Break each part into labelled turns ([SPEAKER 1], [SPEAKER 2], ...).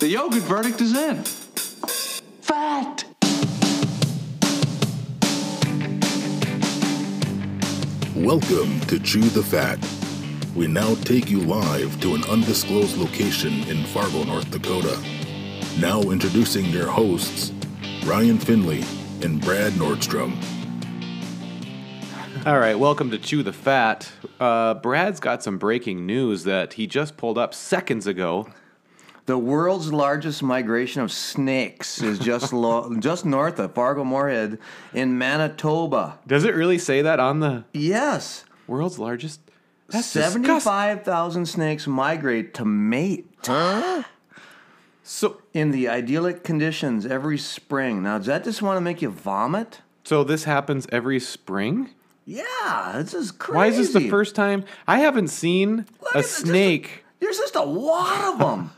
[SPEAKER 1] The yogurt verdict is in. Fact.
[SPEAKER 2] Welcome to Chew the Fat. We now take you live to an undisclosed location in Fargo, North Dakota. Now introducing your hosts, Ryan Finley and Brad Nordstrom.
[SPEAKER 3] All right, welcome to Chew the Fat. Uh, Brad's got some breaking news that he just pulled up seconds ago.
[SPEAKER 4] The world's largest migration of snakes is just lo- just north of Fargo Moorhead in Manitoba.
[SPEAKER 3] Does it really say that on the
[SPEAKER 4] Yes,
[SPEAKER 3] world's largest? That's disgusting.
[SPEAKER 4] seventy-five thousand snakes migrate to mate
[SPEAKER 3] So,
[SPEAKER 4] in the idyllic conditions every spring. Now, does that just want to make you vomit?
[SPEAKER 3] so this happens every spring.
[SPEAKER 4] Yeah, this is crazy.
[SPEAKER 3] Why is this the first time I haven't seen a
[SPEAKER 4] is it just a-
[SPEAKER 3] snake?
[SPEAKER 4] There's just a lot of them.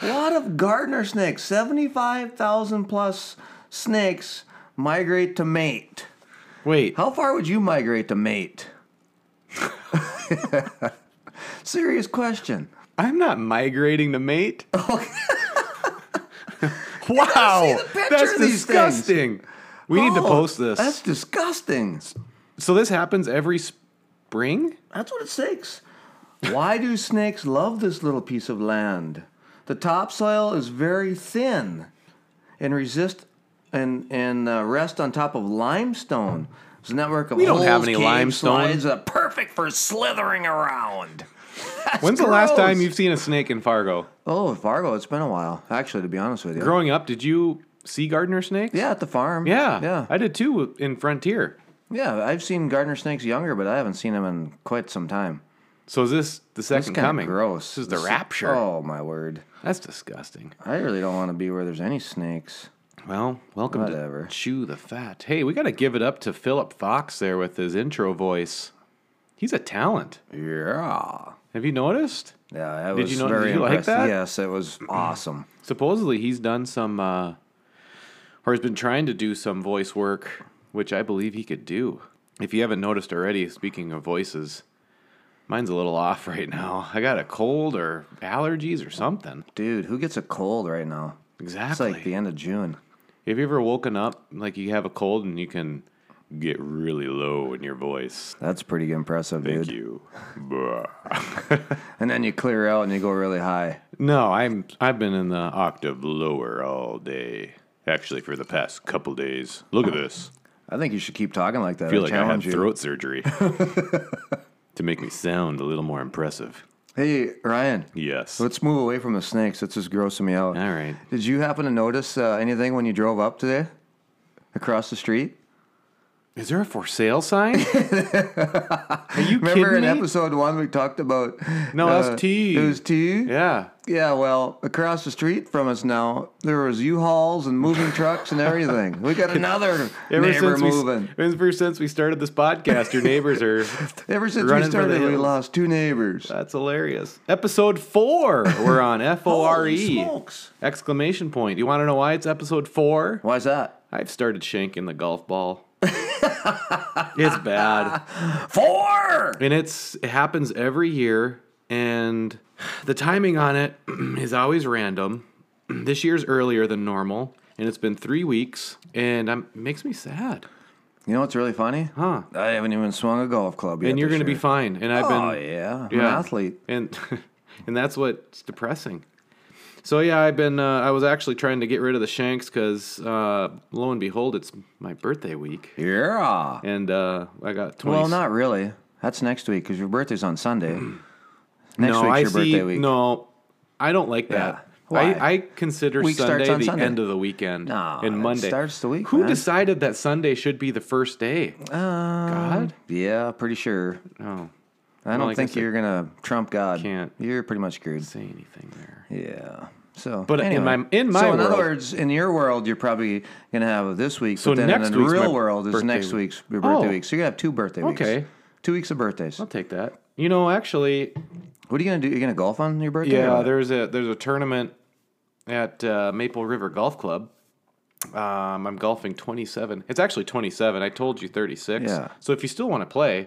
[SPEAKER 4] a lot of gardener snakes. 75,000 plus snakes migrate to mate.
[SPEAKER 3] Wait,
[SPEAKER 4] How far would you migrate to mate? Serious question.
[SPEAKER 3] I'm not migrating to mate. wow,
[SPEAKER 4] the picture
[SPEAKER 3] that's
[SPEAKER 4] of these things.
[SPEAKER 3] disgusting. We need to
[SPEAKER 4] Oh,
[SPEAKER 3] post this.
[SPEAKER 4] That's disgusting.
[SPEAKER 3] So this happens every spring.
[SPEAKER 4] That's what it takes. Why do snakes love this little piece of land? The topsoil is very thin and resist and and uh, rest on top of limestone. It's a network of
[SPEAKER 3] We don't
[SPEAKER 4] holes,
[SPEAKER 3] have any
[SPEAKER 4] caves,
[SPEAKER 3] limestone.
[SPEAKER 4] Slides, uh, perfect for slithering around.
[SPEAKER 3] When's the last
[SPEAKER 4] gross.
[SPEAKER 3] time you've seen a snake in Fargo?
[SPEAKER 4] Oh, Fargo, it's been a while. Actually, to be honest with you.
[SPEAKER 3] Growing up, did you see gardener snakes?
[SPEAKER 4] yeah, at the farm.
[SPEAKER 3] Yeah.
[SPEAKER 4] yeah,
[SPEAKER 3] I did too in Frontier.
[SPEAKER 4] yeah. I've seen gardener snakes younger, but I haven't seen them in quite some time.
[SPEAKER 3] So is this the
[SPEAKER 4] That's
[SPEAKER 3] second
[SPEAKER 4] kind
[SPEAKER 3] coming?
[SPEAKER 4] of gross.
[SPEAKER 3] This is the rapture.
[SPEAKER 4] Oh my word!
[SPEAKER 3] That's disgusting.
[SPEAKER 4] I really don't want to be where there's any snakes.
[SPEAKER 3] Well, welcome
[SPEAKER 4] Whatever.
[SPEAKER 3] to Chew the Fat. Hey, we got to give it up to Philip Fox there with his intro voice. He's a talent.
[SPEAKER 4] Yeah.
[SPEAKER 3] Have you noticed?
[SPEAKER 4] Yeah, that
[SPEAKER 3] Did
[SPEAKER 4] was
[SPEAKER 3] you know-
[SPEAKER 4] very
[SPEAKER 3] did you like
[SPEAKER 4] impressive.
[SPEAKER 3] that?
[SPEAKER 4] Yes, it was awesome.
[SPEAKER 3] Supposedly he's done some, uh, or has been trying to do some voice work, which I believe he could do. If you haven't noticed already, speaking of voices, mine's a little off right now. I got a cold or allergies or something.
[SPEAKER 4] Dude, who gets a cold right now? It's
[SPEAKER 3] Exactly.
[SPEAKER 4] like the end of June.
[SPEAKER 3] Have you ever woken up like you have a cold and you can get really low in your voice?
[SPEAKER 4] That's pretty impressive, dude.
[SPEAKER 3] you. Bruh.
[SPEAKER 4] And then you clear out and you go really high.
[SPEAKER 3] no, I'm I've been in the octave lower all day. Actually, for the past couple days. Look at this.
[SPEAKER 4] I think you should keep talking like that.
[SPEAKER 3] I feel like I had
[SPEAKER 4] challenge you.
[SPEAKER 3] throat surgery to make me sound a little more impressive.
[SPEAKER 4] Hey, Ryan,
[SPEAKER 3] Yes.
[SPEAKER 4] let's move away from the snakes. That's just grossing me out.
[SPEAKER 3] all right.
[SPEAKER 4] Did you happen to notice uh, anything when you drove up today across the street?
[SPEAKER 3] Is there a for sale sign? Are you
[SPEAKER 4] Remember
[SPEAKER 3] kidding
[SPEAKER 4] in
[SPEAKER 3] me?
[SPEAKER 4] episode one we talked about? uh,
[SPEAKER 3] No, that's tea.
[SPEAKER 4] It was tea.
[SPEAKER 3] Yeah.
[SPEAKER 4] Yeah, well, across the street from us now, there was U-Hauls and moving trucks and everything. We got another
[SPEAKER 3] Ever
[SPEAKER 4] neighbor
[SPEAKER 3] since
[SPEAKER 4] moving.
[SPEAKER 3] we ever since we started this podcast, your neighbors are
[SPEAKER 4] Ever since we
[SPEAKER 3] running for the
[SPEAKER 4] started, we
[SPEAKER 3] hills. Uh,
[SPEAKER 4] lost two neighbors.
[SPEAKER 3] That's hilarious. Episode four. We're on F O R E. Exclamation point. You want to know why it's episode four?
[SPEAKER 4] Why's that?
[SPEAKER 3] I've started shanking the golf ball. it's bad.
[SPEAKER 4] Four.
[SPEAKER 3] And it's it happens every year and the timing on it is always random. This year's earlier than normal and it's been 3 weeks and I'm it makes me sad.
[SPEAKER 4] You know what's really funny?
[SPEAKER 3] Huh.
[SPEAKER 4] I haven't even swung a golf club yet.
[SPEAKER 3] And you're
[SPEAKER 4] this
[SPEAKER 3] going to be
[SPEAKER 4] year.
[SPEAKER 3] fine and I've
[SPEAKER 4] Oh
[SPEAKER 3] been
[SPEAKER 4] yeah, I'm an
[SPEAKER 3] Yeah.
[SPEAKER 4] athlete.
[SPEAKER 3] and and that's what's depressing. So yeah, I've been uh, I was actually trying to get rid of the shanks because uh, lo and behold, it's my birthday week,
[SPEAKER 4] Yeah.
[SPEAKER 3] and uh, I got 20,
[SPEAKER 4] Well, not really. That's next week because your birthday's on Sunday. Next
[SPEAKER 3] no,
[SPEAKER 4] week's
[SPEAKER 3] I
[SPEAKER 4] your
[SPEAKER 3] see,
[SPEAKER 4] birthday week.
[SPEAKER 3] No, I don't like
[SPEAKER 4] Yeah.
[SPEAKER 3] that.
[SPEAKER 4] Why?
[SPEAKER 3] I, I consider
[SPEAKER 4] Week starts
[SPEAKER 3] Sunday
[SPEAKER 4] on
[SPEAKER 3] the
[SPEAKER 4] Sunday.
[SPEAKER 3] end of the weekend
[SPEAKER 4] No,
[SPEAKER 3] and
[SPEAKER 4] it
[SPEAKER 3] Monday
[SPEAKER 4] starts the week,
[SPEAKER 3] Who
[SPEAKER 4] man. Um,
[SPEAKER 3] decided that Sunday should be the first day? God,
[SPEAKER 4] Uh, Yeah, pretty sure.
[SPEAKER 3] no,
[SPEAKER 4] I don't
[SPEAKER 3] like I
[SPEAKER 4] think
[SPEAKER 3] said,
[SPEAKER 4] you're gonna trump God.
[SPEAKER 3] can't.
[SPEAKER 4] You're pretty much screwed.
[SPEAKER 3] say anything there.
[SPEAKER 4] Yeah. So,
[SPEAKER 3] But in
[SPEAKER 4] anyway.
[SPEAKER 3] my- in my
[SPEAKER 4] so in other
[SPEAKER 3] world-
[SPEAKER 4] words, in your world, you're probably gonna have this week.
[SPEAKER 3] So
[SPEAKER 4] but then
[SPEAKER 3] next
[SPEAKER 4] in the
[SPEAKER 3] week's my
[SPEAKER 4] real world is
[SPEAKER 3] birthday
[SPEAKER 4] next
[SPEAKER 3] week.
[SPEAKER 4] week's your birthday
[SPEAKER 3] Oh.
[SPEAKER 4] week. So you're gonna have two birthday weeks.
[SPEAKER 3] Okay.
[SPEAKER 4] Two weeks of birthdays.
[SPEAKER 3] I'll take that. You know, actually,
[SPEAKER 4] What are you gonna do? You're gonna golf on your birthday?
[SPEAKER 3] Yeah,
[SPEAKER 4] or what?
[SPEAKER 3] there's a there's a tournament at uh, Maple River Golf Club. Um, I'm golfing 27. It's actually 27. I told you 36.
[SPEAKER 4] Yeah.
[SPEAKER 3] So if you still want to play,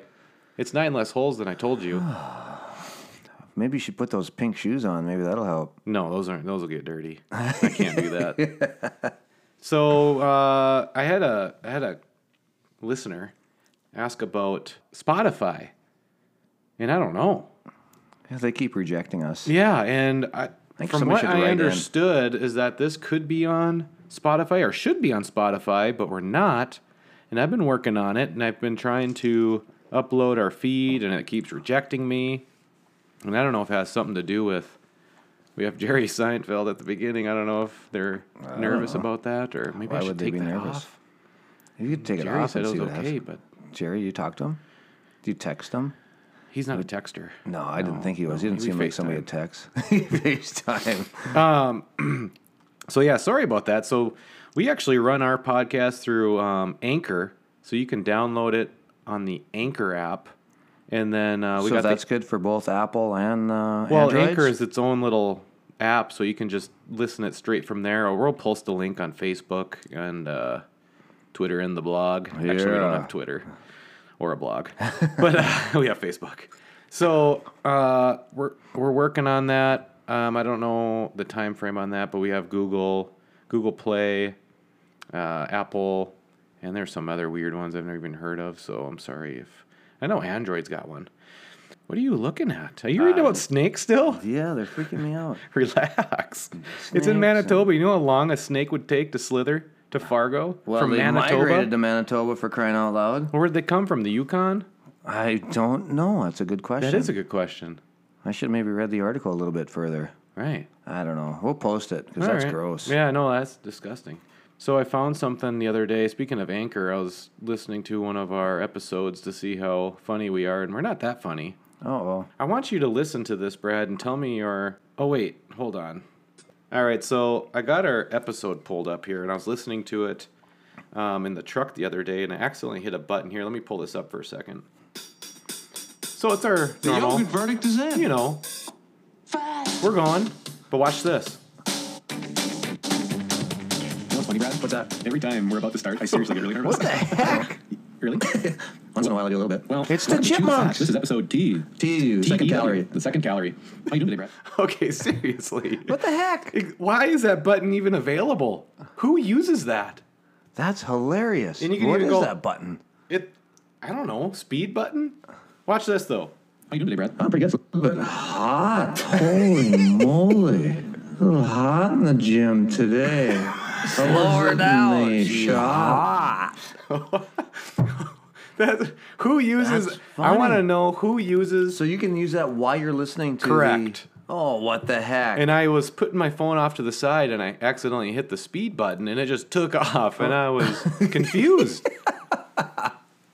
[SPEAKER 3] it's nine less holes than I told you.
[SPEAKER 4] Maybe you should put those pink shoes on. Maybe that'll help.
[SPEAKER 3] No, those aren't. Those will get dirty. I can't do that. So uh, I had a I had a listener ask about Spotify, and I don't know.
[SPEAKER 4] Yeah, They keep rejecting us.
[SPEAKER 3] Yeah, and I,
[SPEAKER 4] think
[SPEAKER 3] from
[SPEAKER 4] somebody
[SPEAKER 3] what
[SPEAKER 4] should
[SPEAKER 3] I
[SPEAKER 4] write in.
[SPEAKER 3] understood is that this could be on Spotify or should be on Spotify, but we're not. And I've been working on it, and I've been trying to upload our feed, and it keeps rejecting me. And I don't know if it has something to do with we have Jerry Seinfeld at the beginning. I don't know if they're nervous about that, or maybe
[SPEAKER 4] Why
[SPEAKER 3] I should
[SPEAKER 4] would they
[SPEAKER 3] take
[SPEAKER 4] be
[SPEAKER 3] that
[SPEAKER 4] nervous?
[SPEAKER 3] off.
[SPEAKER 4] You could take it
[SPEAKER 3] Jerry
[SPEAKER 4] off
[SPEAKER 3] said
[SPEAKER 4] and
[SPEAKER 3] it
[SPEAKER 4] see
[SPEAKER 3] was
[SPEAKER 4] what happens.
[SPEAKER 3] okay, but
[SPEAKER 4] Jerry, you talk to him? Do you text him?
[SPEAKER 3] he's not a texter.
[SPEAKER 4] No, I didn't think he was. he didn't
[SPEAKER 3] he
[SPEAKER 4] seem like somebody
[SPEAKER 3] FaceTimed.
[SPEAKER 4] to text. FaceTime.
[SPEAKER 3] So yeah, sorry about that. So we actually run our podcast through um, Anchor, so you can download it on the Anchor app, and then uh, we
[SPEAKER 4] so
[SPEAKER 3] got
[SPEAKER 4] that's
[SPEAKER 3] the,
[SPEAKER 4] good for both Apple and uh,
[SPEAKER 3] well
[SPEAKER 4] Androids?
[SPEAKER 3] Anchor is its own little app, so you can just listen it straight from there. Or we'll post a link on Facebook and uh, Twitter and the blog. Actually, we don't
[SPEAKER 4] Yeah.
[SPEAKER 3] have Twitter or a blog, but uh, we have Facebook. So uh, we're we're working on that. Um, I don't know the time frame on that, but we have Google, Google Play, uh, Apple, and there's some other weird ones I've never even heard of. So I'm sorry if I know Android's got one. What are you looking at? Are you reading
[SPEAKER 4] Uh,
[SPEAKER 3] about snakes still?
[SPEAKER 4] Yeah, they're freaking me out.
[SPEAKER 3] Relax. it's
[SPEAKER 4] Snakes and-
[SPEAKER 3] in Manitoba. You know how long a snake would take to slither to Fargo
[SPEAKER 4] Well,
[SPEAKER 3] from
[SPEAKER 4] they
[SPEAKER 3] Manitoba?
[SPEAKER 4] migrated to Manitoba for crying out loud.
[SPEAKER 3] Where'd they come from? The Yukon?
[SPEAKER 4] I don't know. That's a good question.
[SPEAKER 3] That is a good question.
[SPEAKER 4] I should maybe read the article a little bit further.
[SPEAKER 3] Right.
[SPEAKER 4] I don't know. We'll post it because
[SPEAKER 3] All
[SPEAKER 4] that's
[SPEAKER 3] right.
[SPEAKER 4] gross.
[SPEAKER 3] Yeah, no, that's disgusting. So I found something the other day. Speaking of anchor, I was listening to one of our episodes to see how funny we are, and we're not that funny.
[SPEAKER 4] Oh, well.
[SPEAKER 3] I want you to listen to this, Brad, and tell me your. Oh, wait, hold on. All right, so I got our episode pulled up here, and I was listening to it um, in the truck the other day, and I accidentally hit a button here. Let me pull this up for a second. So it's our
[SPEAKER 1] The
[SPEAKER 3] normal,
[SPEAKER 1] yogurt verdict is in.
[SPEAKER 3] you know,
[SPEAKER 1] Fat.
[SPEAKER 3] we're going, but watch this.
[SPEAKER 5] You know what's funny, Brad? What's that? Every time we're about to start, I seriously get really nervous.
[SPEAKER 4] What the heck?
[SPEAKER 5] really?
[SPEAKER 4] Once in a while, I do a little bit.
[SPEAKER 5] Well,
[SPEAKER 4] it's the
[SPEAKER 5] welcome to Two
[SPEAKER 4] chipmunks. E
[SPEAKER 5] Facts. This is episode T.
[SPEAKER 4] T, second
[SPEAKER 5] TEW,
[SPEAKER 4] calorie.
[SPEAKER 5] The second calorie. How you doing today, Brad?
[SPEAKER 3] Okay, seriously.
[SPEAKER 4] What the heck?
[SPEAKER 3] Ex- Why is that button even available? Who uses that?
[SPEAKER 4] That's hilarious.
[SPEAKER 3] And you can
[SPEAKER 4] What
[SPEAKER 3] even
[SPEAKER 4] is
[SPEAKER 3] go-
[SPEAKER 4] that button?
[SPEAKER 3] It, I don't know, speed button? Watch this though.
[SPEAKER 5] How you doing today, Brad?
[SPEAKER 4] I'm pretty good. But hot. Ah, Holy moly. A little hot in the gym today. Slower down. Hot.
[SPEAKER 3] That's, who uses?
[SPEAKER 4] That's
[SPEAKER 3] I want to
[SPEAKER 4] funny.
[SPEAKER 3] know who uses.
[SPEAKER 4] So you can use that while you're listening to
[SPEAKER 3] Correct.
[SPEAKER 4] the- Oh, what the heck?
[SPEAKER 3] And I was putting my phone off to the side, and I accidentally hit the speed button, and it just took off, and I was confused.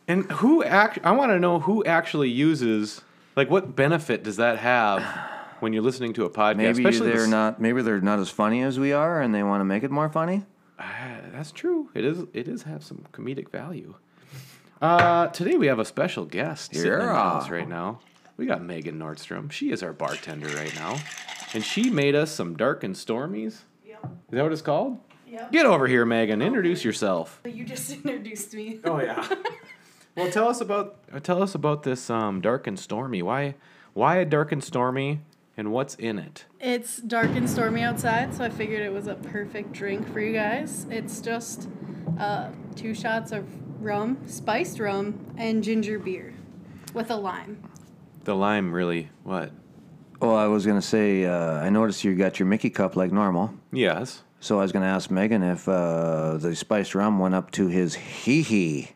[SPEAKER 3] and who act? I want to know who actually uses. Like, what benefit does that have when you're listening to a podcast?
[SPEAKER 4] maybe
[SPEAKER 3] Especially
[SPEAKER 4] they're
[SPEAKER 3] this-
[SPEAKER 4] not. Maybe they're not as funny as we are, and they want to make it more funny.
[SPEAKER 3] Ah, that's true. It is. It is have some comedic value. Uh, today we have a special guest sitting in the
[SPEAKER 4] Yeah.
[SPEAKER 3] house right now. We got Megan Nordstrom. She is our bartender right now, and she made us some dark and stormies.
[SPEAKER 6] Yep.
[SPEAKER 3] Is that what it's called?
[SPEAKER 6] Yep. Oh,
[SPEAKER 3] Get over here, Megan. Introduce yourself.
[SPEAKER 6] You just introduced me.
[SPEAKER 3] Oh yeah. well, tell us about uh, tell us about this um, dark and stormy. Why why a dark and stormy, and what's in it?
[SPEAKER 6] It's dark and stormy outside, so I figured it was a perfect drink for you guys. It's just uh, two shots of rum, spiced rum, and ginger beer with a lime.
[SPEAKER 3] The lime really what?
[SPEAKER 4] Well, I was gonna say. Uh, I noticed you got your Mickey cup like normal.
[SPEAKER 3] Yes.
[SPEAKER 4] So I was gonna ask Megan if uh, the spiced rum went up to his hee hee.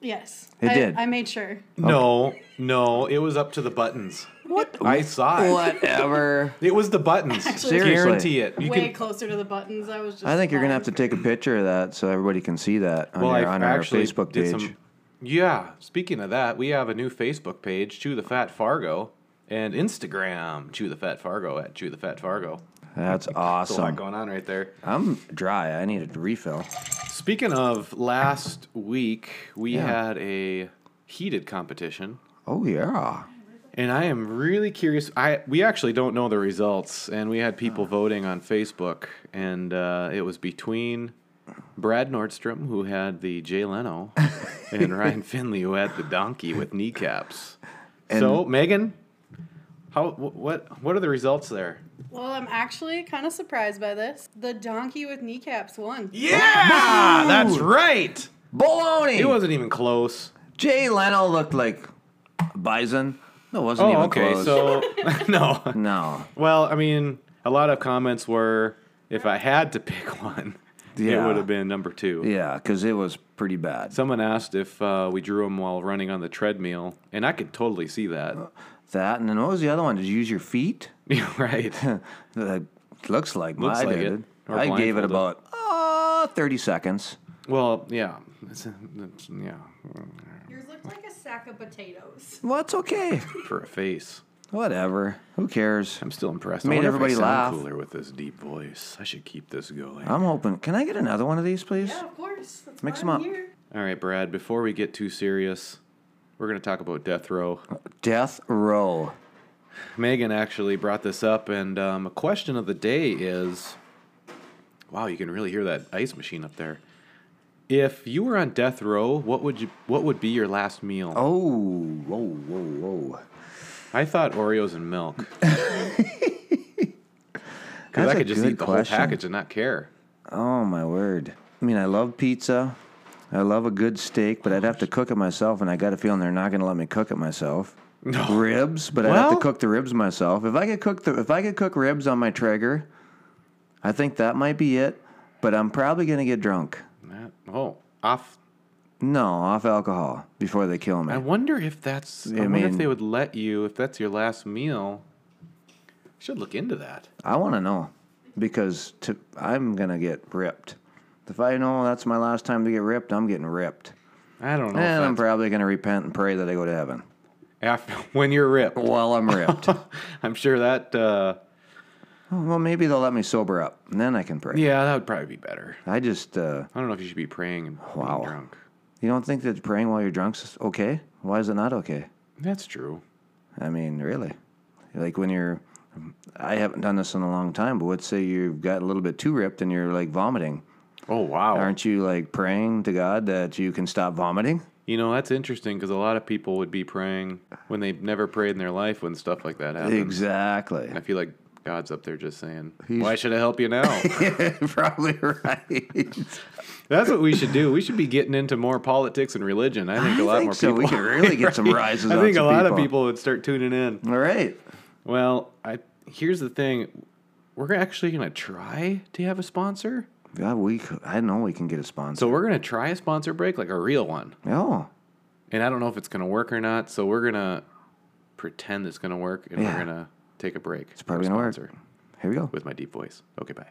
[SPEAKER 6] Yes.
[SPEAKER 4] It
[SPEAKER 6] I,
[SPEAKER 4] did.
[SPEAKER 6] I made sure.
[SPEAKER 3] No, no, it was up to the buttons.
[SPEAKER 4] What?
[SPEAKER 3] I saw it.
[SPEAKER 4] Whatever.
[SPEAKER 3] It was the buttons.
[SPEAKER 6] Seriously.
[SPEAKER 3] Guarantee it. You
[SPEAKER 6] Way
[SPEAKER 3] can.
[SPEAKER 6] closer to the buttons. I was just.
[SPEAKER 4] I think you're gonna have to
[SPEAKER 6] lying.
[SPEAKER 4] take a picture of that so everybody can see that on,
[SPEAKER 3] Um, Well, I
[SPEAKER 4] your, on our
[SPEAKER 3] actually
[SPEAKER 4] Facebook
[SPEAKER 3] did
[SPEAKER 4] page.
[SPEAKER 3] some. Yeah. Speaking of that, we have a new Facebook page, Chew the Fat Fargo, and Instagram, Chew the Fat Fargo at Chew the Fat Fargo.
[SPEAKER 4] That's
[SPEAKER 3] There's a lot
[SPEAKER 4] awesome.
[SPEAKER 3] going on right there.
[SPEAKER 4] I'm dry. I need a refill.
[SPEAKER 3] Speaking of last week, we
[SPEAKER 4] Yeah.
[SPEAKER 3] had a heated competition.
[SPEAKER 4] Oh yeah.
[SPEAKER 3] And I am really curious. I we actually don't know the results, and we had people voting on Facebook, and uh, it was between Brad Nordstrom, who had the Jay Leno, and Ryan Finley, who had the donkey with kneecaps. so Megan, How wh- what what are the results there?
[SPEAKER 6] Well, I'm actually kind of surprised by this. The donkey with kneecaps won.
[SPEAKER 3] Yeah, Ah, that's right.
[SPEAKER 4] Baloney.
[SPEAKER 3] It wasn't even close.
[SPEAKER 4] Jay Leno looked like bison. No, it wasn't
[SPEAKER 3] Oh,
[SPEAKER 4] even
[SPEAKER 3] okay.
[SPEAKER 4] close.
[SPEAKER 3] So no.
[SPEAKER 4] no.
[SPEAKER 3] Well, I mean, a lot of comments were if I had to pick one,
[SPEAKER 4] Yeah.
[SPEAKER 3] it would have been number two.
[SPEAKER 4] Yeah, because it was pretty bad.
[SPEAKER 3] Someone asked if uh, we drew him while running on the treadmill, and I could totally see that.
[SPEAKER 4] that and then what was the other one? Did you use your feet?
[SPEAKER 3] Yeah, right.
[SPEAKER 4] That looks like
[SPEAKER 3] Looks
[SPEAKER 4] I
[SPEAKER 3] like
[SPEAKER 4] did.
[SPEAKER 3] it. Or
[SPEAKER 4] I gave it
[SPEAKER 3] blindfolded.
[SPEAKER 4] about uh, 30 seconds.
[SPEAKER 3] Well, yeah. It's, it's- yeah,
[SPEAKER 6] Yours looked like a sack of potatoes.
[SPEAKER 4] Well, it's okay.
[SPEAKER 3] for a face.
[SPEAKER 4] Whatever. Who cares?
[SPEAKER 3] I'm still impressed.
[SPEAKER 4] Made
[SPEAKER 3] I wonder
[SPEAKER 4] everybody
[SPEAKER 3] if I sound
[SPEAKER 4] laugh.
[SPEAKER 3] cooler with this deep voice. I should keep this going.
[SPEAKER 4] I'm hoping. Can I get another one of these, please?
[SPEAKER 6] Yeah, of course. That's
[SPEAKER 4] Mix
[SPEAKER 6] why
[SPEAKER 4] 'em
[SPEAKER 6] I'm
[SPEAKER 4] up.
[SPEAKER 6] Here.
[SPEAKER 3] All right, Brad, before we get too serious, we're going to talk about death row.
[SPEAKER 4] Death row.
[SPEAKER 3] Megan actually brought this up, and um, a question of the day is wow, you can really hear that ice machine up there. If you were on death row, what would you what would be your last meal?
[SPEAKER 4] Oh, whoa, whoa, whoa.
[SPEAKER 3] I thought Oreos and milk. Because
[SPEAKER 4] That's
[SPEAKER 3] I
[SPEAKER 4] a
[SPEAKER 3] could just
[SPEAKER 4] good
[SPEAKER 3] eat the
[SPEAKER 4] question.
[SPEAKER 3] whole package and not care.
[SPEAKER 4] Oh my word! I mean, I love pizza. I love a good steak, but I'd have to cook it myself, and I got a feeling they're not going to let me cook it myself.
[SPEAKER 3] No.
[SPEAKER 4] Ribs, but I'd have to
[SPEAKER 3] Well-
[SPEAKER 4] cook the ribs myself. If I could cook the if I could cook ribs on my Traeger, I think that might be it. But I'm probably going to get drunk.
[SPEAKER 3] That- Oh, off.
[SPEAKER 4] No, off alcohol before they kill me.
[SPEAKER 3] I wonder if that's. I,
[SPEAKER 4] I
[SPEAKER 3] wonder
[SPEAKER 4] mean-
[SPEAKER 3] if they would let you if that's your last meal. Should look into that.
[SPEAKER 4] I want to know because to, I'm going to get ripped. If I know that's my last time to get ripped, I'm getting ripped,
[SPEAKER 3] I don't know.
[SPEAKER 4] and I'm
[SPEAKER 3] if that's,
[SPEAKER 4] probably going to repent and pray that I go to heaven
[SPEAKER 3] after when you're ripped,
[SPEAKER 4] while I'm ripped.
[SPEAKER 3] I'm sure that. Uh,
[SPEAKER 4] Oh, Well, maybe they'll let me sober up, and then I can pray.
[SPEAKER 3] yeah, that would probably be better.
[SPEAKER 4] I just, uh,
[SPEAKER 3] I don't know if you should be praying and being
[SPEAKER 4] Wow.
[SPEAKER 3] drunk.
[SPEAKER 4] you don't think that praying while you're drunk's okay? Why is it not okay?
[SPEAKER 3] That's true.
[SPEAKER 4] I mean, really, like when you're, I haven't done this in a long time, but let's say you've got a little bit too ripped and you're like vomiting.
[SPEAKER 3] Oh wow.
[SPEAKER 4] Aren't you like praying to God that you can stop vomiting?
[SPEAKER 3] You know that's interesting because a lot of people would be praying when they've never prayed in their life when stuff like that happens.
[SPEAKER 4] Exactly.
[SPEAKER 3] I feel like God's up there just saying,
[SPEAKER 4] He's-
[SPEAKER 3] "Why should I help you now?"
[SPEAKER 4] Probably right.
[SPEAKER 3] That's what we should do. We should be getting into more politics and religion. I think a
[SPEAKER 4] I
[SPEAKER 3] lot
[SPEAKER 4] think
[SPEAKER 3] more
[SPEAKER 4] so.
[SPEAKER 3] people.
[SPEAKER 4] We could really get some rises
[SPEAKER 3] I
[SPEAKER 4] out
[SPEAKER 3] think a
[SPEAKER 4] to
[SPEAKER 3] lot of
[SPEAKER 4] people.
[SPEAKER 3] people would start tuning in.
[SPEAKER 4] All right.
[SPEAKER 3] Well, I here's the thing: we're actually going to try to have a sponsor.
[SPEAKER 4] God, we. c- I know we can get a sponsor.
[SPEAKER 3] So we're going to try a sponsor break, like a real one.
[SPEAKER 4] oh,
[SPEAKER 3] And I don't know if it's going to work or not. So we're going to pretend it's going to work, and
[SPEAKER 4] Yeah.
[SPEAKER 3] we're going to take a break. It's
[SPEAKER 4] probably gonna work. here we go.
[SPEAKER 3] with my deep voice. Okay, bye.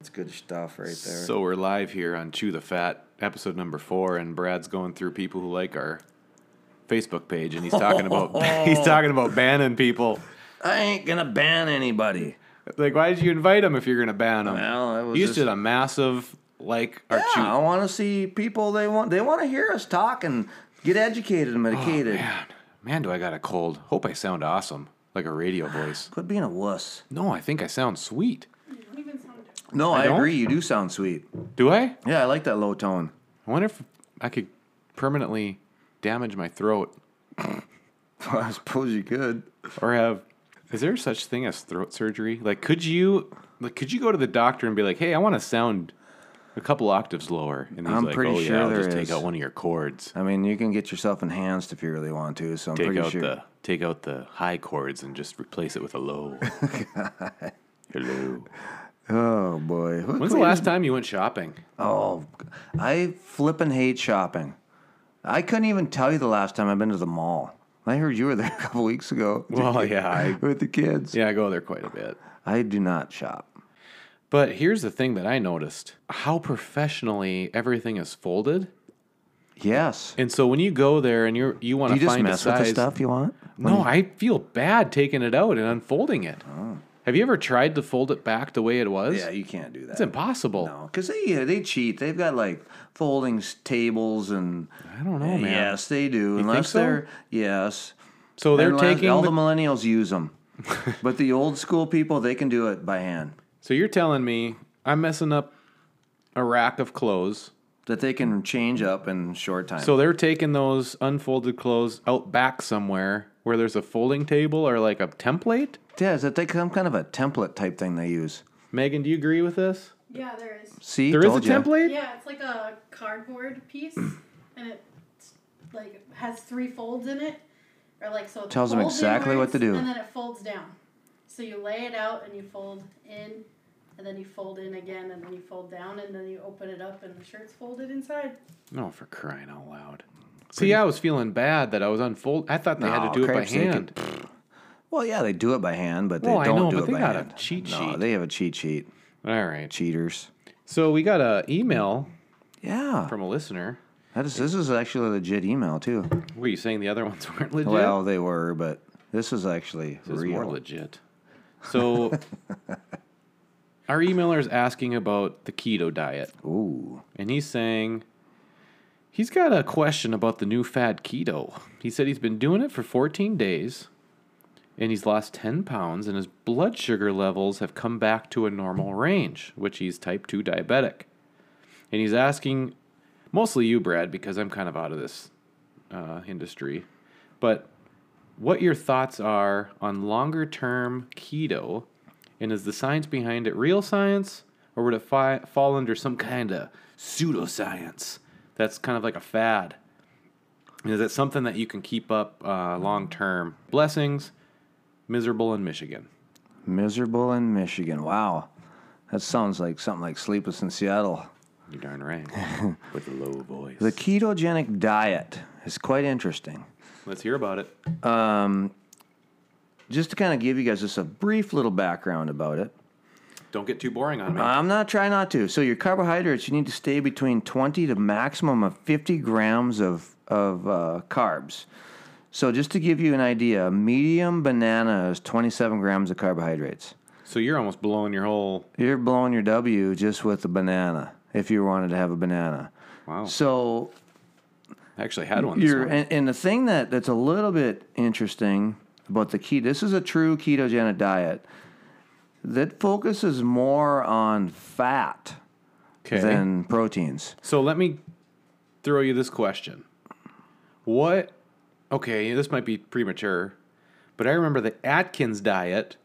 [SPEAKER 4] That's good stuff right
[SPEAKER 3] So we're live here on Chew the Fat, episode number four, and Brad's going through people who like our Facebook page, and he's talking about
[SPEAKER 4] Oh.
[SPEAKER 3] he's talking about banning people.
[SPEAKER 4] I ain't gonna ban anybody.
[SPEAKER 3] Like, why did you invite him if you're gonna ban him?
[SPEAKER 4] Well, it was
[SPEAKER 3] you
[SPEAKER 4] just-
[SPEAKER 3] did a massive like our
[SPEAKER 4] Yeah, I want to see people. They want they want to hear us talk and get educated and
[SPEAKER 3] Chew.
[SPEAKER 4] medicated.
[SPEAKER 3] Oh, Man, man, do I got a cold? Hope I sound awesome, like a radio voice.
[SPEAKER 4] Quit being a wuss.
[SPEAKER 3] No, I think I sound sweet.
[SPEAKER 4] No, I,
[SPEAKER 3] don't?
[SPEAKER 4] agree. You do sound sweet.
[SPEAKER 3] Do I?
[SPEAKER 4] Yeah, I like that low tone.
[SPEAKER 3] I wonder if I could permanently damage my throat
[SPEAKER 4] I suppose you could.
[SPEAKER 3] or have is there such thing as throat surgery like could you like could you go to the doctor and be like hey i want to sound a couple octaves lower and he's
[SPEAKER 4] I'm
[SPEAKER 3] like
[SPEAKER 4] pretty
[SPEAKER 3] oh
[SPEAKER 4] sure
[SPEAKER 3] yeah i'll
[SPEAKER 4] there
[SPEAKER 3] just take
[SPEAKER 4] is.
[SPEAKER 3] out one of your chords
[SPEAKER 4] I mean, you can get yourself enhanced if you really want to. So I'm
[SPEAKER 3] take
[SPEAKER 4] pretty
[SPEAKER 3] out
[SPEAKER 4] sure.
[SPEAKER 3] the take out the high chords and just replace it with a low hello
[SPEAKER 4] Oh boy. Who-
[SPEAKER 3] when's
[SPEAKER 4] who
[SPEAKER 3] the last
[SPEAKER 4] is-
[SPEAKER 3] time you went shopping
[SPEAKER 4] Oh, I flippin' hate shopping. I couldn't even tell you the last time I've been to the mall. I heard you were there a couple weeks ago.
[SPEAKER 3] well yeah I,
[SPEAKER 4] with the kids.
[SPEAKER 3] yeah i go there quite a bit
[SPEAKER 4] I do not shop.
[SPEAKER 3] but here's the thing that i noticed how professionally everything is folded
[SPEAKER 4] Yes.
[SPEAKER 3] and so when you go there and you're you want
[SPEAKER 4] Do
[SPEAKER 3] to
[SPEAKER 4] you just
[SPEAKER 3] find
[SPEAKER 4] mess
[SPEAKER 3] a
[SPEAKER 4] with
[SPEAKER 3] size
[SPEAKER 4] the stuff you want?
[SPEAKER 3] No, I feel bad taking it out and unfolding it. Have you ever tried to fold it back the way it was?
[SPEAKER 4] Yeah, you can't do that.
[SPEAKER 3] it's impossible.
[SPEAKER 4] No, because they yeah, they cheat. They've got like folding s- tables and
[SPEAKER 3] I don't know, man.
[SPEAKER 4] yes, they do. unless
[SPEAKER 3] so?
[SPEAKER 4] they're yes,
[SPEAKER 3] So they're
[SPEAKER 4] Unless-
[SPEAKER 3] taking.
[SPEAKER 4] all the
[SPEAKER 3] the-
[SPEAKER 4] millennials use them, but the old school people they can do it by hand.
[SPEAKER 3] so you're telling me I'm messing up a rack of clothes
[SPEAKER 4] that they can change up in short time.
[SPEAKER 3] So they're taking those unfolded clothes out back somewhere where there's a folding table or like a template.
[SPEAKER 4] yeah, is that they some kind of a template type thing they use?
[SPEAKER 3] Megan, do you agree with this?
[SPEAKER 6] Yeah, there is.
[SPEAKER 4] See,
[SPEAKER 3] There is
[SPEAKER 4] Told
[SPEAKER 3] a
[SPEAKER 4] ya.
[SPEAKER 3] template.
[SPEAKER 6] Yeah, it's like a cardboard piece, and it like has three folds in it, or like so. It
[SPEAKER 4] Tells 'em
[SPEAKER 6] folds
[SPEAKER 4] exactly what to
[SPEAKER 6] inwards,
[SPEAKER 4] do.
[SPEAKER 6] And then it folds down. So you lay it out and you fold in, and then you fold in again, and then you fold down, and then you open it up, and the shirt's folded inside.
[SPEAKER 3] No, for crying out loud. See, I was feeling bad that I was unfold. I thought they had
[SPEAKER 4] No,
[SPEAKER 3] to do it by
[SPEAKER 4] crepes, they could-
[SPEAKER 3] hand.
[SPEAKER 4] Well, yeah, they do it by hand, but they
[SPEAKER 3] Well, I
[SPEAKER 4] don't
[SPEAKER 3] know,
[SPEAKER 4] do
[SPEAKER 3] but
[SPEAKER 4] it
[SPEAKER 3] they
[SPEAKER 4] by
[SPEAKER 3] got a
[SPEAKER 4] hand.
[SPEAKER 3] cheat
[SPEAKER 4] no,
[SPEAKER 3] sheet.
[SPEAKER 4] they have a cheat sheet.
[SPEAKER 3] All right.
[SPEAKER 4] Cheaters.
[SPEAKER 3] So we got a email
[SPEAKER 4] Yeah,
[SPEAKER 3] from a listener.
[SPEAKER 4] that is, this is actually a legit email too.
[SPEAKER 3] Were you saying the other ones weren't legit?
[SPEAKER 4] Well, they were, but this is actually
[SPEAKER 3] this is
[SPEAKER 4] real.
[SPEAKER 3] more legit. So our emailer is asking about the keto diet,
[SPEAKER 4] Ooh,
[SPEAKER 3] and he's saying he's got a question about the new fad keto. He said he's been doing it for 14 days, and he's lost 10 pounds, and his blood sugar levels have come back to a normal range, which he's type 2 diabetic. And he's asking mostly you, Brad, because I'm kind of out of this uh, industry, but what your thoughts are on longer term keto, and is the science behind it real science, or would it fi- fall under some kind of pseudoscience that's kind of like a fad? And Is it something that you can keep up uh, long term? Blessings, miserable in Michigan.
[SPEAKER 4] miserable in Michigan. Wow, that sounds like something like Sleepless in Seattle.
[SPEAKER 3] You're darn right. With a low voice.
[SPEAKER 4] The ketogenic diet is quite interesting.
[SPEAKER 3] Let's hear about it.
[SPEAKER 4] Just to kind of give you guys just a brief little background about it.
[SPEAKER 3] Don't get too boring on me.
[SPEAKER 4] I'm not trying not to. So your carbohydrates, you need to stay between 20 to maximum of 50 grams of of uh, carbs. So just to give you an idea, a medium banana is 27 grams of carbohydrates.
[SPEAKER 3] so you're almost blowing your whole.
[SPEAKER 4] You're blowing your W just with a banana if you wanted to have a banana.
[SPEAKER 3] Wow.
[SPEAKER 4] So
[SPEAKER 3] I actually had one this
[SPEAKER 4] you're
[SPEAKER 3] morning.
[SPEAKER 4] and, and the thing that that's a little bit interesting about the keto this is a true ketogenic diet that focuses more on fat
[SPEAKER 3] Okay.
[SPEAKER 4] than proteins.
[SPEAKER 3] So let me throw you this question. What, okay, this might be premature, but I remember the Atkins diet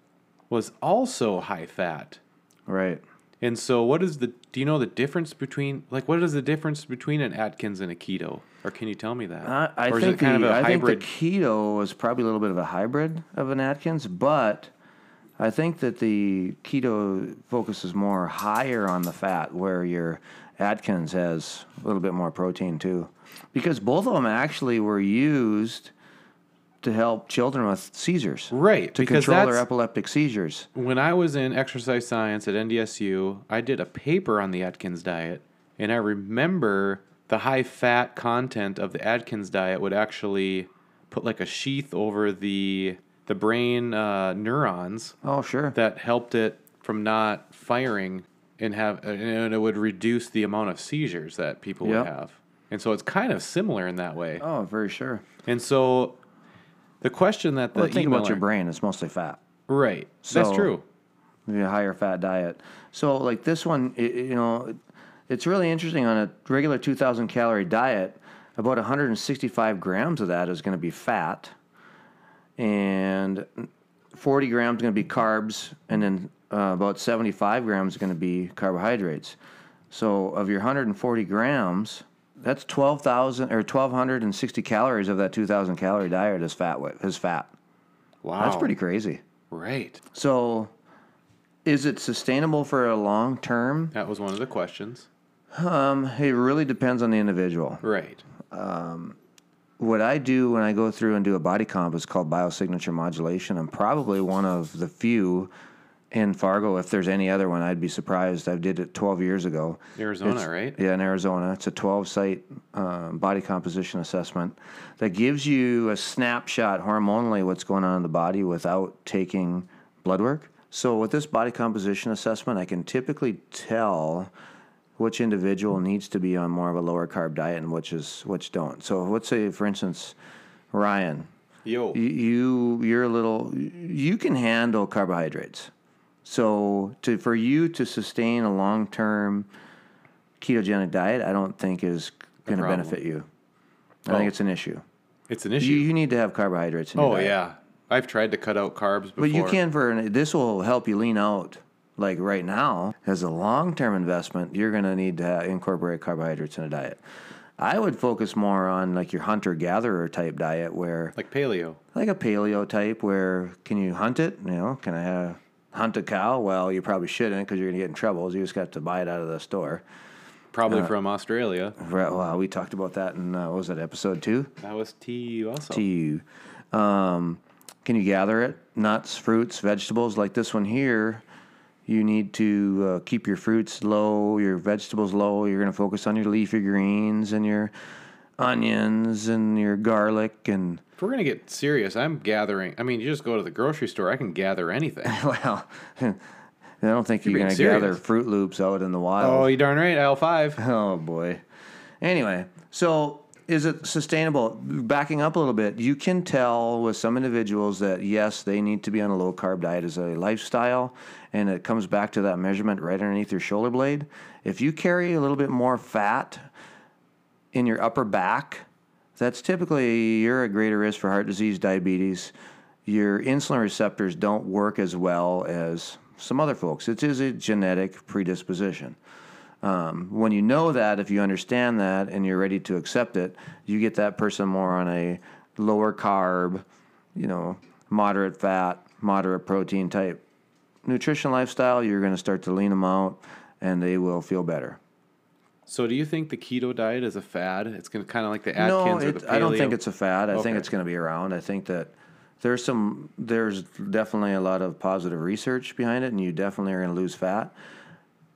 [SPEAKER 3] was also high fat.
[SPEAKER 4] Right.
[SPEAKER 3] And so what is the, do you know the difference between, like, what is the difference between an Atkins and a keto? Or can you tell me that?
[SPEAKER 4] I, I
[SPEAKER 3] or
[SPEAKER 4] think
[SPEAKER 3] is it kind
[SPEAKER 4] the,
[SPEAKER 3] of a
[SPEAKER 4] I think the
[SPEAKER 3] hybrid?
[SPEAKER 4] keto was probably a little bit of a hybrid of an Atkins, but I think that the keto focuses more higher on the fat, where your Atkins has a little bit more protein too, because both of them actually were used to help children with seizures,
[SPEAKER 3] Right,
[SPEAKER 4] To
[SPEAKER 3] because
[SPEAKER 4] control their
[SPEAKER 3] that's-
[SPEAKER 4] epileptic seizures.
[SPEAKER 3] when I was in exercise science at NDSU, I did a paper on the Atkins diet, and I remember the high fat content of the Atkins diet would actually put like a sheath over the the brain uh, neurons
[SPEAKER 4] Oh, sure.
[SPEAKER 3] that helped it from not firing and have and it would reduce the amount of seizures that people
[SPEAKER 4] Yep.
[SPEAKER 3] would have. And so it's kind of similar in that way.
[SPEAKER 4] oh, very sure.
[SPEAKER 3] And so the question that the
[SPEAKER 4] But think about
[SPEAKER 3] emailer-
[SPEAKER 4] your brain; it's mostly fat.
[SPEAKER 3] right, that's
[SPEAKER 4] So-
[SPEAKER 3] true.
[SPEAKER 4] the higher fat diet. So like this one, i- i you know, it- it's really interesting. On a regular 2,000 calorie diet, about 165 grams of that is going to be fat, and 40 grams going to be carbs, and then uh, about 75 grams is going to be carbohydrates. So of your 140 grams, that's 12,000 or 1,260 calories of that 2,000 calorie diet is fat. wi- Is fat.
[SPEAKER 3] Wow,
[SPEAKER 4] That's pretty crazy.
[SPEAKER 3] Right.
[SPEAKER 4] So, is it sustainable for a long term?
[SPEAKER 3] That was one of the questions.
[SPEAKER 4] It really depends on the individual.
[SPEAKER 3] Right.
[SPEAKER 4] What I do when I go through and do a body comp is called biosignature modulation. I'm probably one of the few in Fargo. If there's any other one, I'd be surprised. I did it 12 years ago.
[SPEAKER 3] Arizona,
[SPEAKER 4] It's-
[SPEAKER 3] right?
[SPEAKER 4] Yeah, in Arizona. It's a 12 site um, body composition assessment that gives you a snapshot hormonally what's going on in the body without taking blood work. So, with this body composition assessment, I can typically tell which individual needs to be on more of a lower carb diet and which is which don't. So, let's say, for instance, Ryan,
[SPEAKER 3] Yo.
[SPEAKER 4] y- you you're a little you can handle carbohydrates. So to for you to sustain a long term ketogenic diet, I don't think is going to
[SPEAKER 3] problem.
[SPEAKER 4] benefit you. I think it's an issue.
[SPEAKER 3] It's an
[SPEAKER 4] You,
[SPEAKER 3] issue.
[SPEAKER 4] you need to have carbohydrates. In your
[SPEAKER 3] oh
[SPEAKER 4] diet.
[SPEAKER 3] yeah, I've tried to cut out carbs before.
[SPEAKER 4] But you can for an, this will help you lean out. Like right now, as a long term investment, you're going to need to ha- incorporate carbohydrates in a diet. I would focus more on like your hunter gatherer type diet, where
[SPEAKER 3] like paleo.
[SPEAKER 4] like a paleo type, where can you hunt it? You know, can I have, hunt a cow? Well, you probably shouldn't because you're going to get in trouble. So you just got to buy it out of the store. Uh.
[SPEAKER 3] Probably from Australia.
[SPEAKER 4] Right, well, we talked about that in uh, what was that episode two?
[SPEAKER 3] That was TU also.
[SPEAKER 4] to you. Um, can you gather it? Nuts, fruits, vegetables, like this one here. You need to uh, keep your fruits low, your vegetables low. You're going to focus on your leafy greens and your onions and your garlic and
[SPEAKER 3] If we're gonna get serious, I'm gathering. I mean, you just go to the grocery store. I can gather anything.
[SPEAKER 4] well, I don't think you're,
[SPEAKER 3] being
[SPEAKER 4] going to gather
[SPEAKER 3] serious.
[SPEAKER 4] Fruit Loops out in the
[SPEAKER 3] oh,
[SPEAKER 4] wild.
[SPEAKER 3] you darn right. Aisle five.
[SPEAKER 4] Oh boy. Anyway, so is it sustainable? Backing up a little bit, you can tell with some individuals that yes, they need to be on a low carb diet as a lifestyle, and it comes back to that measurement right underneath your shoulder blade. If you carry a little bit more fat in your upper back, that's typically you're at greater risk for heart disease, diabetes. Your insulin receptors don't work as well as some other folks. It is a genetic predisposition when you know that, if you understand that and you're ready to accept it, you get that person more on a lower carb, you know, moderate fat, moderate protein type nutrition lifestyle. You're going to start to lean them out and they will feel better.
[SPEAKER 3] So, do you think the keto diet is a fad? It's gonna kind of like the
[SPEAKER 4] no,
[SPEAKER 3] Atkins or
[SPEAKER 4] it,
[SPEAKER 3] the paleo.
[SPEAKER 4] I don't think it's a fad. I think
[SPEAKER 3] Okay.
[SPEAKER 4] it's going to be around. I think that there's some there's definitely a lot of positive research behind it, and you definitely are going to lose fat.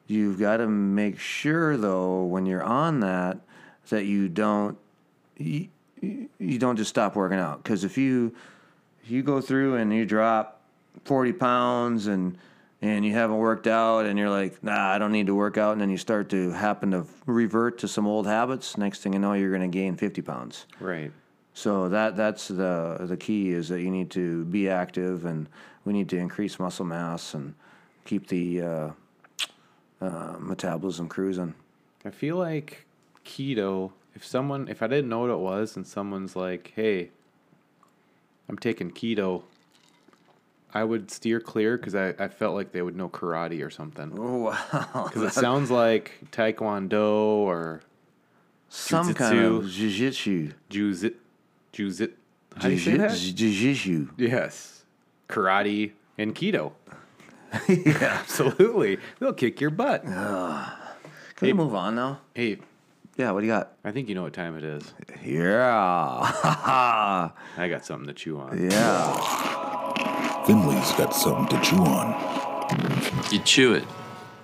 [SPEAKER 4] You've got to make sure though when you're on that that you don't you, you don't just stop working out because if you you go through and you drop 40 pounds and and you haven't worked out and you're like nah i don't need to work out and then you start to happen to revert to some old habits next thing you know you're going to gain 50 pounds
[SPEAKER 3] right.
[SPEAKER 4] so that that's the the key is that you need to be active and we need to increase muscle mass and keep the uh, uh, metabolism cruising
[SPEAKER 3] I feel like keto. If someone, if I didn't know what it was, and someone's like, "Hey, I'm taking keto," I would steer clear because I, I felt like they would know karate or something.
[SPEAKER 4] oh wow
[SPEAKER 3] Because it sounds like taekwondo or
[SPEAKER 4] some kind of
[SPEAKER 3] Jujitsu.
[SPEAKER 4] jiu-jitsu
[SPEAKER 3] jujit, jujit. How do you say that?
[SPEAKER 4] jiu-jitsu
[SPEAKER 3] Yes, karate and keto. yeah, absolutely. They'll kick your butt.
[SPEAKER 4] Can we move on now?
[SPEAKER 3] Hey,
[SPEAKER 4] Yeah, what do you got?
[SPEAKER 3] I think you know what time it is.
[SPEAKER 4] Yeah.
[SPEAKER 3] I got something to chew on.
[SPEAKER 4] yeah.
[SPEAKER 2] Finley's got something to chew on.
[SPEAKER 1] You chew it.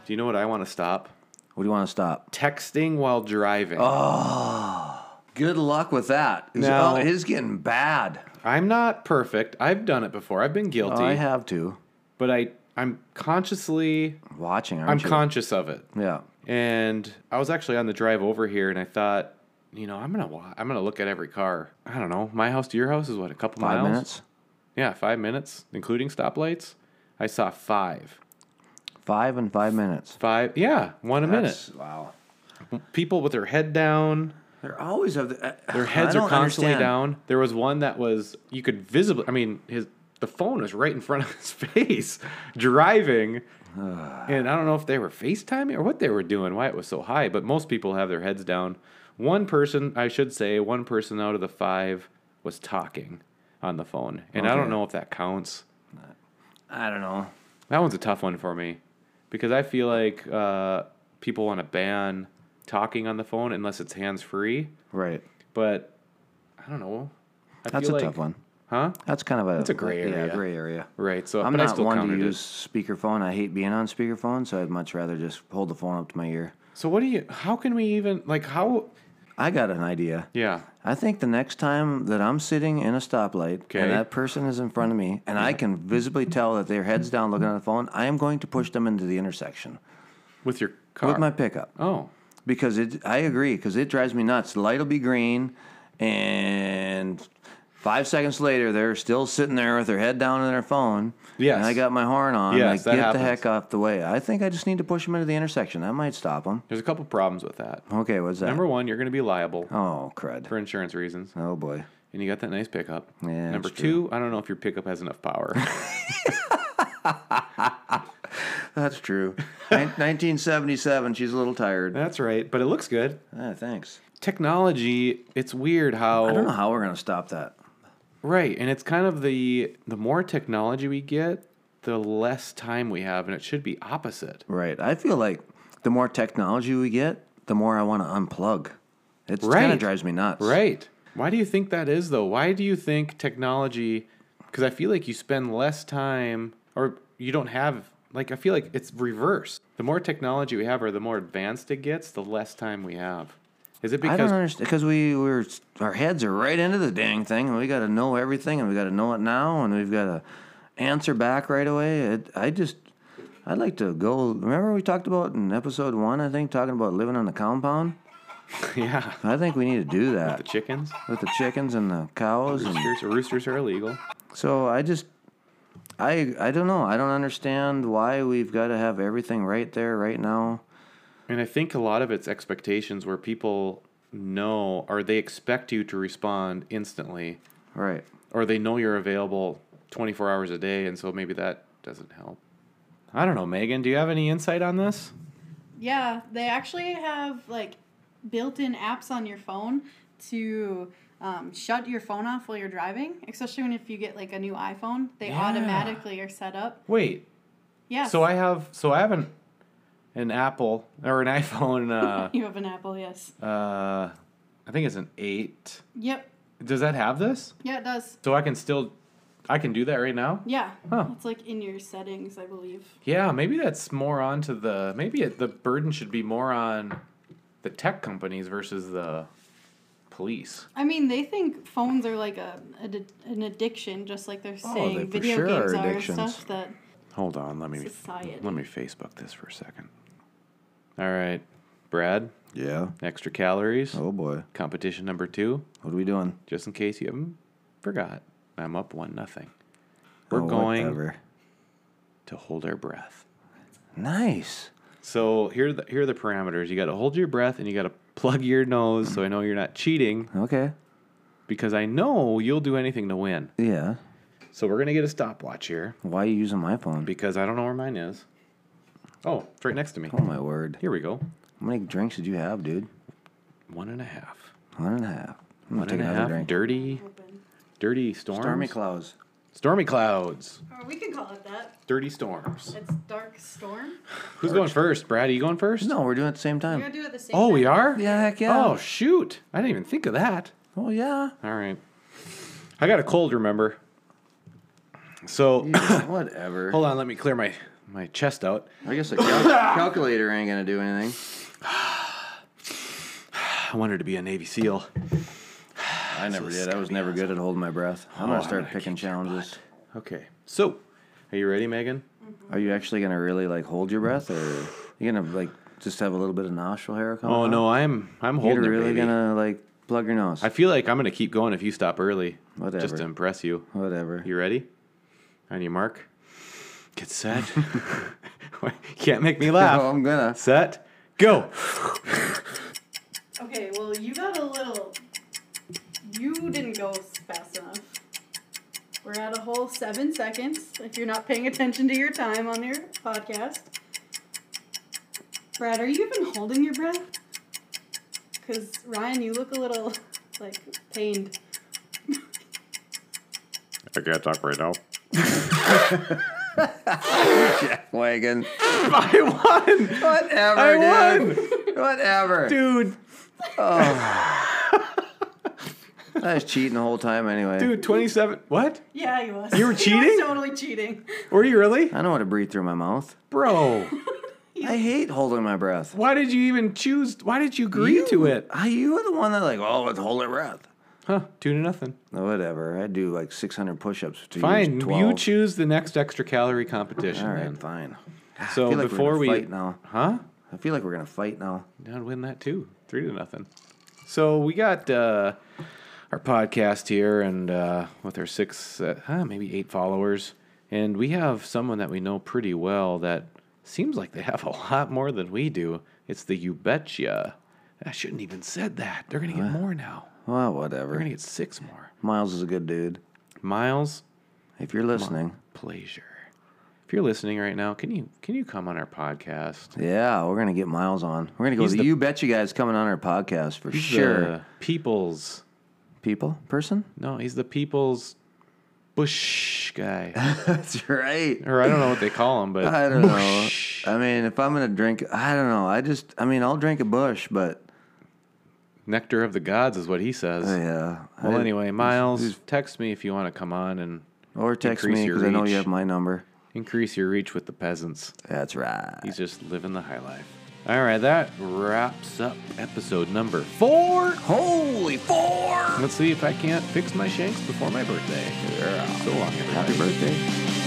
[SPEAKER 3] Do you know what I want to stop?
[SPEAKER 4] What do you want to stop?
[SPEAKER 3] Texting while driving.
[SPEAKER 4] Oh. Good luck with that. He's,
[SPEAKER 3] No.
[SPEAKER 4] oh, it is getting bad.
[SPEAKER 3] I'm not perfect. I've done it before. I've been guilty.
[SPEAKER 4] Oh, I have to.
[SPEAKER 3] But I I'm consciously
[SPEAKER 4] Watching, aren't
[SPEAKER 3] I'm
[SPEAKER 4] you?
[SPEAKER 3] conscious of it.
[SPEAKER 4] yeah.
[SPEAKER 3] And I was actually on the drive over here and I thought, you know, I'm going to I'm going to look at every car. I don't know. My house to your house is what a couple
[SPEAKER 4] Five
[SPEAKER 3] miles.
[SPEAKER 4] minutes?
[SPEAKER 3] Yeah, 5 minutes including stoplights. I saw 5.
[SPEAKER 4] Five and five minutes.
[SPEAKER 3] 5 Yeah, 1 a
[SPEAKER 4] That's- Wow.
[SPEAKER 3] minute. People with their head down.
[SPEAKER 4] They're always of the, I-
[SPEAKER 3] Their
[SPEAKER 4] I
[SPEAKER 3] heads are
[SPEAKER 4] don't
[SPEAKER 3] constantly
[SPEAKER 4] understand.
[SPEAKER 3] down. There was one that was you could visibly. I mean, his the phone was right in front of his face, driving. and I don't know if they were FaceTiming or what they were doing, why it was so high. But most people have their heads down. One person, I should say, one person out of the five was talking on the phone, and I don't know if that counts.
[SPEAKER 4] I don't know.
[SPEAKER 3] That one's a tough one for me because I feel like uh, people want to ban talking on the phone unless it's hands free
[SPEAKER 4] Right.
[SPEAKER 3] but I don't know. I
[SPEAKER 4] That's
[SPEAKER 3] feel
[SPEAKER 4] a
[SPEAKER 3] like-
[SPEAKER 4] tough one.
[SPEAKER 3] huh?
[SPEAKER 4] That's kind of a, That's
[SPEAKER 3] a gray
[SPEAKER 4] Yeah,
[SPEAKER 3] area.
[SPEAKER 4] gray area.
[SPEAKER 3] Right. So,
[SPEAKER 4] I'm
[SPEAKER 3] but I
[SPEAKER 4] not
[SPEAKER 3] still
[SPEAKER 4] one to
[SPEAKER 3] counted it.
[SPEAKER 4] use speakerphone. I hate being on speakerphone, so I'd much rather just hold the phone up to my ear.
[SPEAKER 3] So, what do you? How can we even like how?
[SPEAKER 4] I got an idea.
[SPEAKER 3] Yeah.
[SPEAKER 4] I think the next time that I'm sitting in a stoplight
[SPEAKER 3] Okay.
[SPEAKER 4] and that person is in front of me and I can visibly tell that their head's down looking on the phone, I am going to push them into the intersection
[SPEAKER 3] With your car.
[SPEAKER 4] with my pickup
[SPEAKER 3] Oh,
[SPEAKER 4] because it I agree because it drives me nuts. The light will be green and Five seconds later, they're still sitting there with their head down on their phone.
[SPEAKER 3] Yes.
[SPEAKER 4] And I got my horn on.
[SPEAKER 3] Yes,
[SPEAKER 4] Like,
[SPEAKER 3] that
[SPEAKER 4] get
[SPEAKER 3] happens.
[SPEAKER 4] the heck off the way. I think I just need to push them into the intersection. That might stop them.
[SPEAKER 3] There's a couple problems with that.
[SPEAKER 4] Okay, what's that?
[SPEAKER 3] Number one, you're going to be liable
[SPEAKER 4] oh, crud.
[SPEAKER 3] for insurance reasons,
[SPEAKER 4] Oh, boy.
[SPEAKER 3] and you got that nice pickup.
[SPEAKER 4] Yeah,
[SPEAKER 3] Number
[SPEAKER 4] that's true.
[SPEAKER 3] two, I don't know if your pickup has enough power.
[SPEAKER 4] That's true. Nin- 1977. She's a little tired.
[SPEAKER 3] That's right, but it looks good.
[SPEAKER 4] Ah, thanks.
[SPEAKER 3] Technology, it's weird how
[SPEAKER 4] I don't know how we're going to stop that.
[SPEAKER 3] right, and it's kind of the the more technology we get, the less time we have, and it should be opposite.
[SPEAKER 4] Right. I feel like the more technology we get, the more I want to unplug. It kind
[SPEAKER 3] Right.
[SPEAKER 4] of drives me nuts.
[SPEAKER 3] Right. Why do you think that is though? Why do you think technology cuz I feel like you spend less time or you don't have like I feel like it's reverse. The more technology we have or the more advanced it gets, the less time we have. Is it
[SPEAKER 4] I don't
[SPEAKER 3] because
[SPEAKER 4] understand because we we're our heads are right into the dang thing, and we got to know everything, and we got to know it now, and we've got to answer back right away. It, I just I'd like to go. Remember we talked about in episode one, I think, talking about living on the compound.
[SPEAKER 3] yeah,
[SPEAKER 4] I think we need to do
[SPEAKER 3] the
[SPEAKER 4] that
[SPEAKER 3] chickens,
[SPEAKER 4] with the chickens and the cows, and
[SPEAKER 3] roosters, roosters are illegal.
[SPEAKER 4] so I just. I, I don't know. I don't understand why we've got to have everything right there, right now.
[SPEAKER 3] And I think a lot of it's expectations where people know or they expect you to respond instantly
[SPEAKER 4] Right.
[SPEAKER 3] or they know you're available 24 hours a day and so maybe that doesn't help. I don't know, Megan, do you have any insight on this?
[SPEAKER 6] Yeah, they actually have like built-in apps on your phone to um, shut your phone off while you're driving, especially when if you get like a new iPhone, they
[SPEAKER 3] Yeah.
[SPEAKER 6] automatically are set up.
[SPEAKER 3] Wait.
[SPEAKER 6] Yeah.
[SPEAKER 3] So I have so I have an an Apple or an iPhone
[SPEAKER 6] You have an Apple, yes.
[SPEAKER 3] uh uh I think it's an 8.
[SPEAKER 6] Yep.
[SPEAKER 3] Does that have this?
[SPEAKER 6] Yeah, it does.
[SPEAKER 3] So I can still I can do that right now?
[SPEAKER 6] Yeah.
[SPEAKER 3] Huh.
[SPEAKER 6] It's like in your settings, I believe.
[SPEAKER 3] Yeah, maybe that's more on to the maybe it, the burden should be more on the tech companies versus the police.
[SPEAKER 6] I mean, they think phones are like a, a di- an addiction, just like they're saying
[SPEAKER 4] Oh, they for
[SPEAKER 6] video
[SPEAKER 4] sure are
[SPEAKER 6] games are, and
[SPEAKER 4] addictions.
[SPEAKER 6] stuff that
[SPEAKER 3] Hold on, let me
[SPEAKER 6] society.
[SPEAKER 3] let me Facebook this for a second. All right, Brad,
[SPEAKER 4] Yeah.
[SPEAKER 3] extra calories.
[SPEAKER 4] Oh boy.
[SPEAKER 3] Competition number 2,
[SPEAKER 4] What are we doing?
[SPEAKER 3] just in case you haven't forgot. I'm up 1 nothing. We're
[SPEAKER 4] Oh,
[SPEAKER 3] going
[SPEAKER 4] whatever.
[SPEAKER 3] to hold our breath.
[SPEAKER 4] Nice.
[SPEAKER 3] So here are the, here are the parameters. You got to hold your breath and you got to plug your nose so I know you're not cheating
[SPEAKER 4] Okay.
[SPEAKER 3] because I know you'll do anything to win.
[SPEAKER 4] Yeah.
[SPEAKER 3] So we're gonna get a stopwatch here
[SPEAKER 4] Why are you using my phone?
[SPEAKER 3] because I don't know where mine is. Oh, it's right next to me.
[SPEAKER 4] Oh my word.
[SPEAKER 3] Here we go.
[SPEAKER 4] How many drinks did you have, dude?
[SPEAKER 3] One and a half.
[SPEAKER 4] One and a half. I'm
[SPEAKER 3] One
[SPEAKER 4] gonna take
[SPEAKER 3] and a
[SPEAKER 4] another
[SPEAKER 3] half.
[SPEAKER 4] drink.
[SPEAKER 3] Dirty, dirty storms.
[SPEAKER 4] Stormy clouds.
[SPEAKER 3] Stormy clouds.
[SPEAKER 6] Or we can call it that.
[SPEAKER 3] Dirty storms.
[SPEAKER 6] It's Dark Storm.
[SPEAKER 3] Who's going first? Brad, are you going first?
[SPEAKER 4] No, we're doing it at the same
[SPEAKER 6] We're
[SPEAKER 4] time.
[SPEAKER 6] going to do it at the same
[SPEAKER 3] Oh, we
[SPEAKER 6] time.
[SPEAKER 3] are.
[SPEAKER 4] Yeah, heck yeah.
[SPEAKER 3] Oh shoot! I didn't even think of that.
[SPEAKER 4] Oh yeah.
[SPEAKER 3] All right. I got a cold. Remember. So
[SPEAKER 4] Whatever.
[SPEAKER 3] hold on. Let me clear my my chest out.
[SPEAKER 4] I guess a cal- calculator ain't gonna do anything.
[SPEAKER 3] I wanted to be a Navy SEAL.
[SPEAKER 4] I never did. I was never good at holding my breath. I'm
[SPEAKER 3] Oh, I'm
[SPEAKER 4] gonna start
[SPEAKER 3] gonna
[SPEAKER 4] picking challenges.
[SPEAKER 3] Okay. So, are you ready, Megan?
[SPEAKER 4] Are you actually gonna really like hold your breath, or you gonna like just have a little bit of nostril hair coming?
[SPEAKER 3] Oh
[SPEAKER 4] out?
[SPEAKER 3] no, I'm I'm holding
[SPEAKER 4] Uh-huh. You're
[SPEAKER 3] it,
[SPEAKER 4] really
[SPEAKER 3] baby.
[SPEAKER 4] gonna like plug your nose.
[SPEAKER 3] I feel like I'm gonna keep going if you stop early, just
[SPEAKER 4] Whatever.
[SPEAKER 3] to impress you.
[SPEAKER 4] Whatever.
[SPEAKER 3] You ready? On your mark, get set. Why- you Can't make me
[SPEAKER 4] Oh,
[SPEAKER 3] laugh.
[SPEAKER 4] I'm gonna.
[SPEAKER 3] Set, go.
[SPEAKER 6] Okay, well, you got a little. You didn't go fast enough. We're at a whole seven seconds. If you're not paying attention to your time on your podcast, Brad, are you even holding your breath? Because Ryan, you look a little like pained.
[SPEAKER 3] I can't talk right now.
[SPEAKER 4] Wagon.
[SPEAKER 3] I won,
[SPEAKER 4] Whatever,
[SPEAKER 3] I
[SPEAKER 4] dude.
[SPEAKER 3] won,
[SPEAKER 4] Whatever.
[SPEAKER 3] dude.
[SPEAKER 4] I was cheating the whole time anyway.
[SPEAKER 3] Dude, 27. What?
[SPEAKER 6] Yeah, he was.
[SPEAKER 3] You were
[SPEAKER 6] He
[SPEAKER 3] cheating?
[SPEAKER 6] was totally cheating.
[SPEAKER 3] Were you really,
[SPEAKER 4] I don't want to breathe through my mouth.
[SPEAKER 3] bro?
[SPEAKER 4] I hate holding my breath.
[SPEAKER 3] Why did you even choose? Why did you agree to it?
[SPEAKER 4] I, you were the one that like, oh, let's hold our breath.
[SPEAKER 3] Huh? Two to nothing.
[SPEAKER 4] No, whatever. I do like 600 push-ups to
[SPEAKER 3] Fine.
[SPEAKER 4] use
[SPEAKER 3] You
[SPEAKER 4] 12.
[SPEAKER 3] choose the next extra calorie competition.
[SPEAKER 4] All
[SPEAKER 3] then.
[SPEAKER 4] right, fine. Ah, I
[SPEAKER 3] So
[SPEAKER 4] feel like
[SPEAKER 3] before
[SPEAKER 4] we're
[SPEAKER 3] we,
[SPEAKER 4] gonna fight now,
[SPEAKER 3] huh?
[SPEAKER 4] I feel like we're gonna fight now.
[SPEAKER 3] Down win that too. Three to nothing. So we got uh, our podcast here and uh, with our six, uh, huh, maybe eight followers. And we have someone that we know pretty well that seems like they have a lot more than we do. It's the You Betcha. I shouldn't even said that. They're going to get more now.
[SPEAKER 4] Well,
[SPEAKER 3] They're
[SPEAKER 4] whatever.
[SPEAKER 3] going to get six more.
[SPEAKER 4] Miles is a good dude.
[SPEAKER 3] Miles,
[SPEAKER 4] If you're listening,
[SPEAKER 3] pleasure. If you're listening right now, can you can you come on our podcast?
[SPEAKER 4] yeah, we're gonna get Miles on. We're gonna go.
[SPEAKER 3] He's
[SPEAKER 4] with
[SPEAKER 3] the-
[SPEAKER 4] you bet you guys coming on our podcast for
[SPEAKER 3] He's
[SPEAKER 4] sure.
[SPEAKER 3] the people's
[SPEAKER 4] People, person.
[SPEAKER 3] no, he's the people's bush guy,
[SPEAKER 4] That's right.
[SPEAKER 3] or I don't know what they call him, but
[SPEAKER 4] I don't know. I mean, if I'm gonna drink, I don't know. I just, I mean, I'll drink a bush, but uh,
[SPEAKER 3] nectar of the gods is what he says.
[SPEAKER 4] Oh, yeah. I
[SPEAKER 3] Well,
[SPEAKER 4] didn't-
[SPEAKER 3] anyway, Miles, text me if you want to come on and
[SPEAKER 4] or text
[SPEAKER 3] increase
[SPEAKER 4] me
[SPEAKER 3] your
[SPEAKER 4] because I know you
[SPEAKER 3] reach.
[SPEAKER 4] have my number.
[SPEAKER 3] increase your reach with the peasants.
[SPEAKER 4] That's right.
[SPEAKER 3] He's just living the high life. All right, that wraps up episode number four.
[SPEAKER 4] Holy four!
[SPEAKER 3] Let's see if I can't fix my shanks before my birthday. So long, everybody.
[SPEAKER 4] Happy birthday.